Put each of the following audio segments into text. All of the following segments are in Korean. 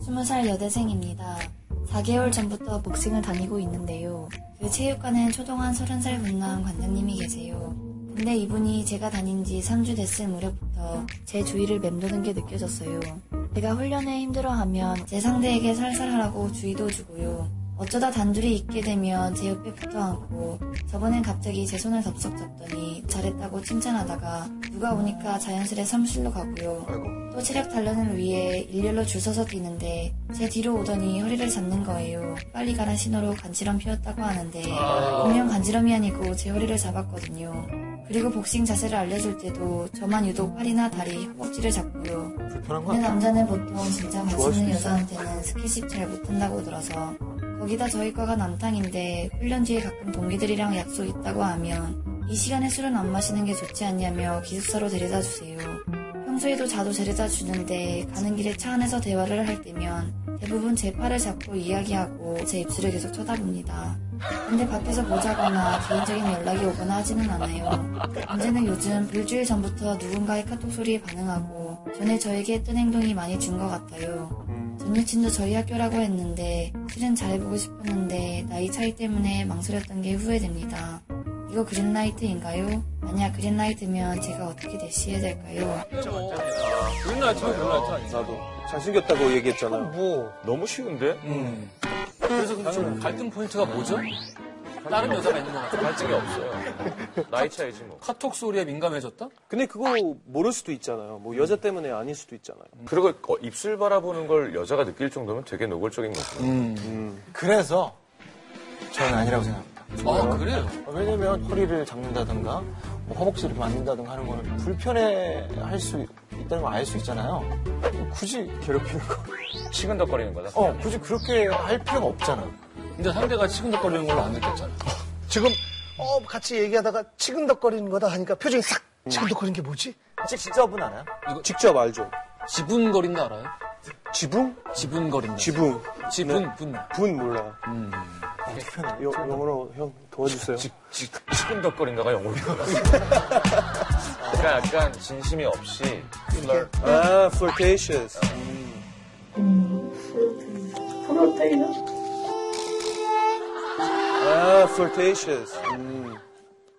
20살 여대생입니다. 4개월 전부터 복싱을 다니고 있는데요. 그 체육관엔 초동한 30살 분남 관장님이 계세요. 근데 이분이 제가 다닌 지 3주 됐을 무렵부터 제 주위를 맴도는 게 느껴졌어요. 제가 훈련에 힘들어하면 제 상대에게 살살하라고 주의도 주고요. 어쩌다 단둘이 있게 되면 제 옆에 붙어앉고 저번엔 갑자기 제 손을 덥석 잡더니 잘했다고 칭찬하다가 누가 오니까 자연스레 사무실로 가고요. 아이고. 또 체력 단련을 위해 일렬로 줄 서서 뛰는데 제 뒤로 오더니 허리를 잡는 거예요. 빨리 가란 신호로 간지럼 피웠다고 하는데 분명 간지럼이 아니고 제 허리를 잡았거든요. 그리고 복싱 자세를 알려줄 때도 저만 유독 팔이나 다리, 허벅지를 잡고요. 불편한 거 근데 아니야? 남자는 보통 진짜 좋아할 수도 관심있는 있어. 여자한테는 스킨십 잘 못한다고 들어서 거기다 저희 과가 남탕인데 훈련 뒤에 가끔 동기들이랑 약속 있다고 하면 이 시간에 술은 안 마시는 게 좋지 않냐며 기숙사로 데려다 주세요. 평소에도 자도 데려다 주는데 가는 길에 차 안에서 대화를 할 때면 대부분 제 팔을 잡고 이야기하고 제 입술을 계속 쳐다봅니다. 근데 밖에서 보자거나 개인적인 연락이 오거나 하지는 않아요. 문제는 요즘 일주일 전부터 누군가의 카톡 소리에 반응하고 전에 저에게 했던 행동이 많이 준 것 같아요. 음. 전 여친도 저희 학교라고 했는데 실은 잘해보고 싶었는데 나이 차이 때문에 망설였던 게 후회됩니다. 이거 그린라이트인가요? 만약 그린라이트면 제가 어떻게 대시해야 될까요? 몰라, 저 몰라, 나도 잘생겼다고 얘기했잖아요. 뭐. 너무 쉬운데? 음. 그래서 근데 좀 갈등 포인트가 뭐죠? 다른 여자가 있는 것 같아. 갈증이 없어요. 나이 차이지 뭐. 카톡 소리에 민감해졌다? 아, 근데 그거 모를 수도 있잖아요. 뭐 여자 때문에 아닐 수도 있잖아요. 그리고 어, 입술 바라보는 걸 여자가 느낄 정도면 되게 노골적인 거죠. 그래서 저는 아니라고 생각합니다. 아, 그래요? 왜냐면 허리를 잡는다든가 뭐 허벅지를 만든다든가 하는 거는 불편해 할 수 있다는 걸 알 수 있잖아요. 굳이 괴롭히는 거. 시근덕거리는 거다. 어, 굳이 그렇게 할 필요가 없잖아. 근데 상대가 치근덕거리는 걸로 안 느꼈잖아. 지금 어 같이 얘기하다가 치근덕거리는 거다 하니까 표정이 싹 치근덕거리는 게 뭐지? 아직 직접은 알아요? 직접 알죠. 지분거린다 알아요? 지붕? 지분거린다. 네. 지붕. 지분, 분. 분 몰라요. 음. 여- 아, 영어로 형 도와주세요. 지- 시근덕거린다가 영어로. 그러니까 약간 진심이 없이 아, flirtatious. 아, flirtatious. 음.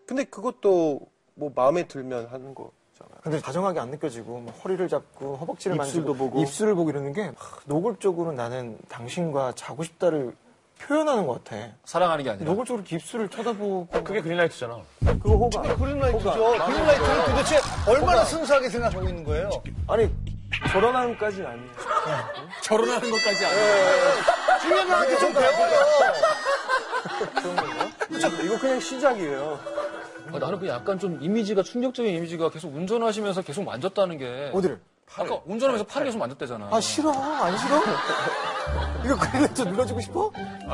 근데 그것도 뭐 마음에 들면 하는 거잖아요. 근데 다정하게 안 느껴지고 막 허리를 잡고 허벅지를 입술도 만지고 보고. 입술을 보고 이러는 게 막, 노골적으로 나는 당신과 자고 싶다를 표현하는 것 같아. 사랑하는 게 아니라. 노골적으로 이렇게 입술을 쳐다보고 그게 그린라이트잖아. 그거 호가 네, 그린라이트죠. 그린라이트를 도대체 얼마나 순수하게 생각하고 있는 거예요? 아니 결혼하는까지는 아니에요. 결혼하는 것까지 알아. 중요한 게좀 배워요. 이거 그냥 시작이에요. 아, 나는 그 약간 좀 이미지가 충격적인 이미지가 계속 운전하시면서 계속 만졌다는 게. 어디를? 아까 운전하면서 팔을 계속 만졌대잖아. 아 싫어 안 싫어? 이거 그린라이트 눌러주고 싶어?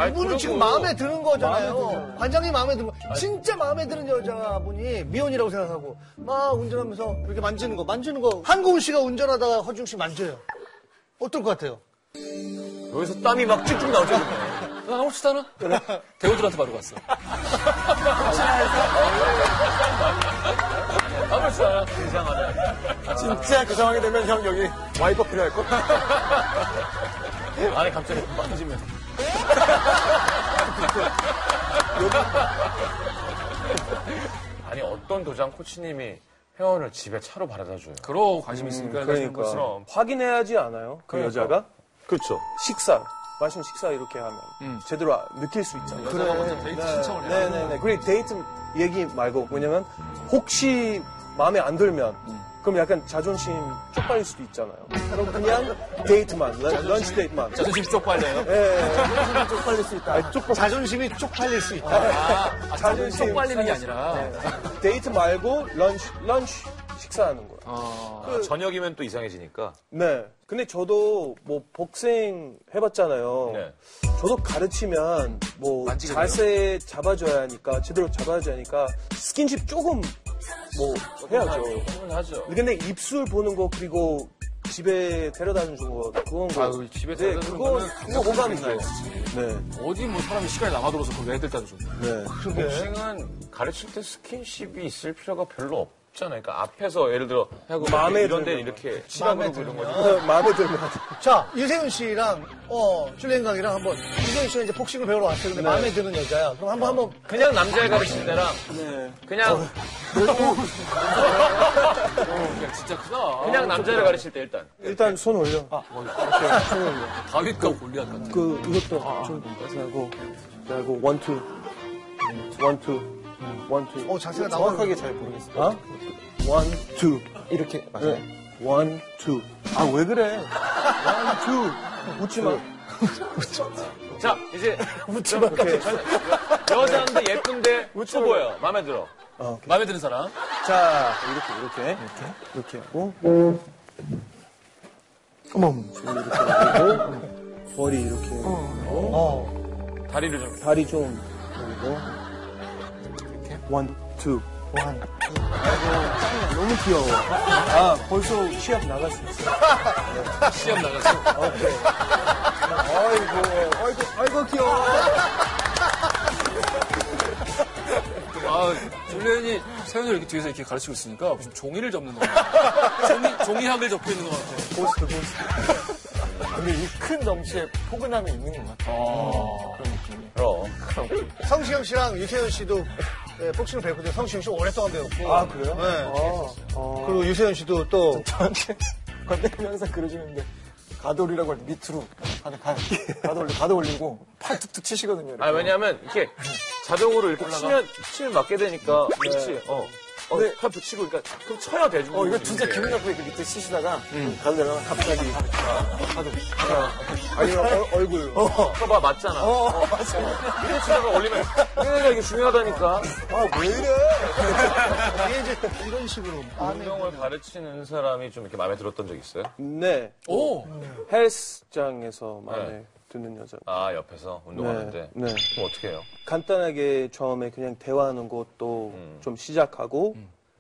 이분은 지금 마음에 드는 거잖아요. 관장님 마음에 드는 거. 진짜 마음에 드는 여자분이 미혼이라고 생각하고 막 운전하면서 이렇게 만지는 거, 만지는 거. 한고은 씨가 운전하다가 허중 씨 만져요. 어떨 것 같아요? 여기서 땀이 막 쭉쭉 나오죠. 나 혹시 따나? 대우들한테 바로 갔어. 아무렇지 않아. 진짜 그 상황이 되면 형 여기 와이퍼 필요할 걸? 안에 갑자기 만지면. 아니 어떤 도장 코치님이 회원을 집에 차로 바라다 줘요. 음, 그러고 관심 있으니까. 그러니까. 것처럼. 확인해야지 않아요? 그 여자가? 그렇죠. 식사. 마신 식사 이렇게 하면 제대로 아- 느낄 수 있잖아요. 여자가 먼저 음. 네, 데이트 신청을 해요. 네네네. 그리고 데이트 얘기 말고 왜냐면 혹시 마음에 안 들면 그럼 약간 자존심 쪽팔릴 수도 있잖아요. 그럼 그냥 데이트만, 런- 런치 데이트만. 네. 자존심 쪽팔려요. 쪽팔릴 수 있다 자존심이 쪽팔릴 수 있다. 아, 자존심 쪽팔리는 게 아니라. 네. 데이트 말고 런치, 런치 식사하는 거예요. 어, 아, 저녁이면 또 이상해지니까. 네. 근데 저도 뭐 복싱 해봤잖아요. 네. 저도 가르치면 뭐 만지겠네요. 자세 잡아줘야 하니까 제대로 잡아줘야 하니까 스킨십 조금 뭐 해야죠. 하죠. 근데 입술 보는 거 그리고 집에 데려다 주는 거 그건 거. 아유, 집에 네, 데려다 주는 그거 거는 그거 호감이 나요. 네. 어디 뭐 사람이 시간이 남아들어서 그걸 애들 따로 줘. 네. 복싱은 가르칠 때 스킨십이 있을 필요가 별로 없잖아요. 그러니까 앞에서 예를 들어 하고 마음에 이런 데 드는 이렇게 치라고 그러고 이런 거죠. 마음에 들면 자, 유세윤 씨랑, 어, 줄리엔 강이랑 한번, 유세윤 씨가 이제 복싱을 배우러 왔어요. 네. 근데 마음에 드는 여자야. 그럼 한번, 한번, 그냥 남자애 가르친 데랑 그냥 야, 진짜 크다. 아, 그냥 남자를 가르칠 때 일단 일단 손 올려. 아, 다윗과 골리앗 같아. 그 이것도 좀 하고 그리고 원투 원투 원투 어, 자세가 나와. 정확하게 잘 모르겠어요. 어? 네. 원투 이렇게 맞아요. 네. 원투 아 왜 그래? 원투 웃지 마. 자 이제 웃지마 여자인데 예쁜데 웃어 보여 마음에 들어 마음에 드는 사람. 자 이렇게 이렇게 이렇게 이렇게 하고 어머. 머리 이렇게 어. 다리를 좀 다리 좀 그리고 이렇게 원투 한 너무 귀여워. 아 벌써 취업 나갈 수 있어. 시험 나가서. 아이고 아이고 아이고 귀여워. 아, 줄리안이 세연을 이렇게 뒤에서 이렇게 가르치고 있으니까 무슨 종이를 접는 것 같아. 종이, 종이학을 접고 있는 것 같아. 보스트 보스트. 근데 이 큰 덩치에 포근함이 있는 것 같아요. 그런 느낌이. 들어 성시경 씨랑 유세윤 씨도 예, 복싱을 배웠거든요. 성시경 씨 오랫동안 배웠고. 아 그래요? 네. 어, 어. 그리고 유세윤 씨도 또, 저한테 건대면 항상 그러시는데 가돌이라고 할 때 밑으로 가도 가, 가도 올리고 가도 올리고 팔 툭툭 치시거든요. 이렇게. 아 왜냐하면 이렇게 자동으로 이렇게 치면 치면 맞게 되니까 그렇지 어. 어, 네. 팔 붙이고, 그러니까, 그럼 쳐야 되죠. 어 이거 진짜 기분 나쁘게 이렇게 밑에 치시다가 가도 내려면 갑자기 가도 아니면 얼- 얼굴. 쳐봐, 맞잖아. 어 맞아요. 이렇게 치다가 올리면, 얘네가 이게 중요하다니까. 아왜 이래? 이게 이제 이런 식으로. 마음에 운동을 가르치는 사람이 좀 이렇게 마음에 들었던 적 있어요? 네 오! 헬스장에서 마음에 네. 드는 여자. 아, 옆에서 운동하는데. 네. 네. 그럼 어떻게 해요? 간단하게 처음에 그냥 대화하는 것도 좀 시작하고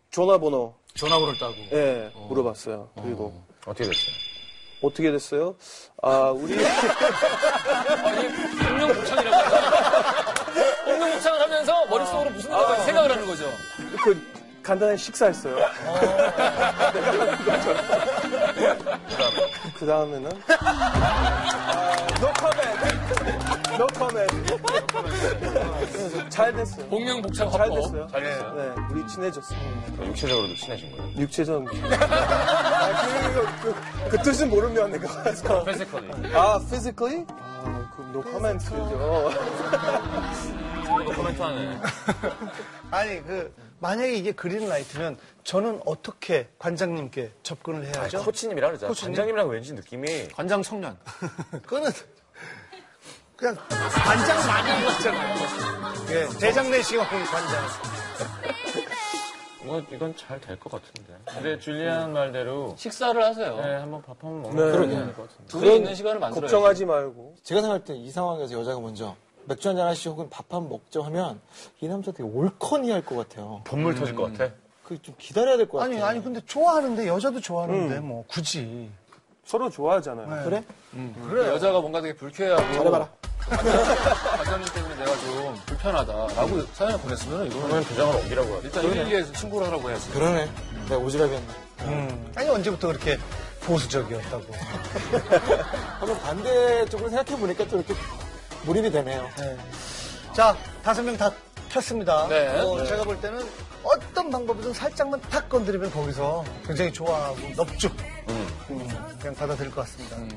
전화번호 음. 전화번호를 따고. 예 물어봤어요. 그리고 어떻게 됐어요? 어떻게 됐어요? 아 우리 아, 홍명복창이라고 하잖아. 홍명복창을 하면서 머릿속으로 무슨 생각을, 생각을 하는 거죠. 그 간단한 식사했어요. 그 다음에는 no comment, 아, no comment. 그래서 잘 됐어요. 홍명복창 잘 화법. 됐어요. 잘 됐어요? 네, 우리 친해졌어요. 네. 육체적으로도 친해진 거예요? 육체전. 아, 그, 그, 그 뜻은 모르면 내가 와서. 페스컬이. 아, physically? 아, 그럼 no comment죠. 이거 코멘트하네. 아니 그 만약에 이게 그린라이트면 저는 어떻게 관장님께 접근을 해야죠? 코치님이라 그러자. 코치님? 관장님이랑 왠지 느낌이. 관장 청년. 그거는 그냥 관장 마냥 거잖아요. 예, 대장내시경 관장. 뭐, 이건 잘 될 것 같은데. 근데 줄리안 말대로. 식사를 하세요. 네, 한번 밥 한번 먹는 게 좋을 것 같은데. 둘이 있는 시간을 만들어요. 아, 걱정하지 말고. 제가 생각할 때 이 상황에서 여자가 먼저 맥주 한잔 하시죠 혹은 밥 한 번 먹죠 하면 이 남자 되게 올컨이 할 것 같아요. 본물 터질 것 같아. 그 좀 기다려야 될 것 같아요. 아니 아니 근데 좋아하는데 여자도 좋아하는데 뭐 굳이 서로 좋아하잖아요. 그래? 그래. 여자가 뭔가 되게 불쾌하고. 잘해봐라. 관장님 때문에 내가 좀 불편하다라고 사연을 보냈으면 이거는 그러면 도장을 옮기라고 하지. 일단 112에서 신고를 하라고 해야지. 그러네. 내가 오지랖이었네. 아니 언제부터 그렇게 보수적이었다고. 한번 반대쪽으로 생각해 보니까 또 이렇게 몰입이 되네요. 자 다섯 명 다 탔습니다. 네. 어, 제가 볼 때는 어떤 방법이든 살짝만 탁 건드리면 거기서 굉장히 좋아하고 넙죽 음, 그냥 음, 받아들일 것 같습니다.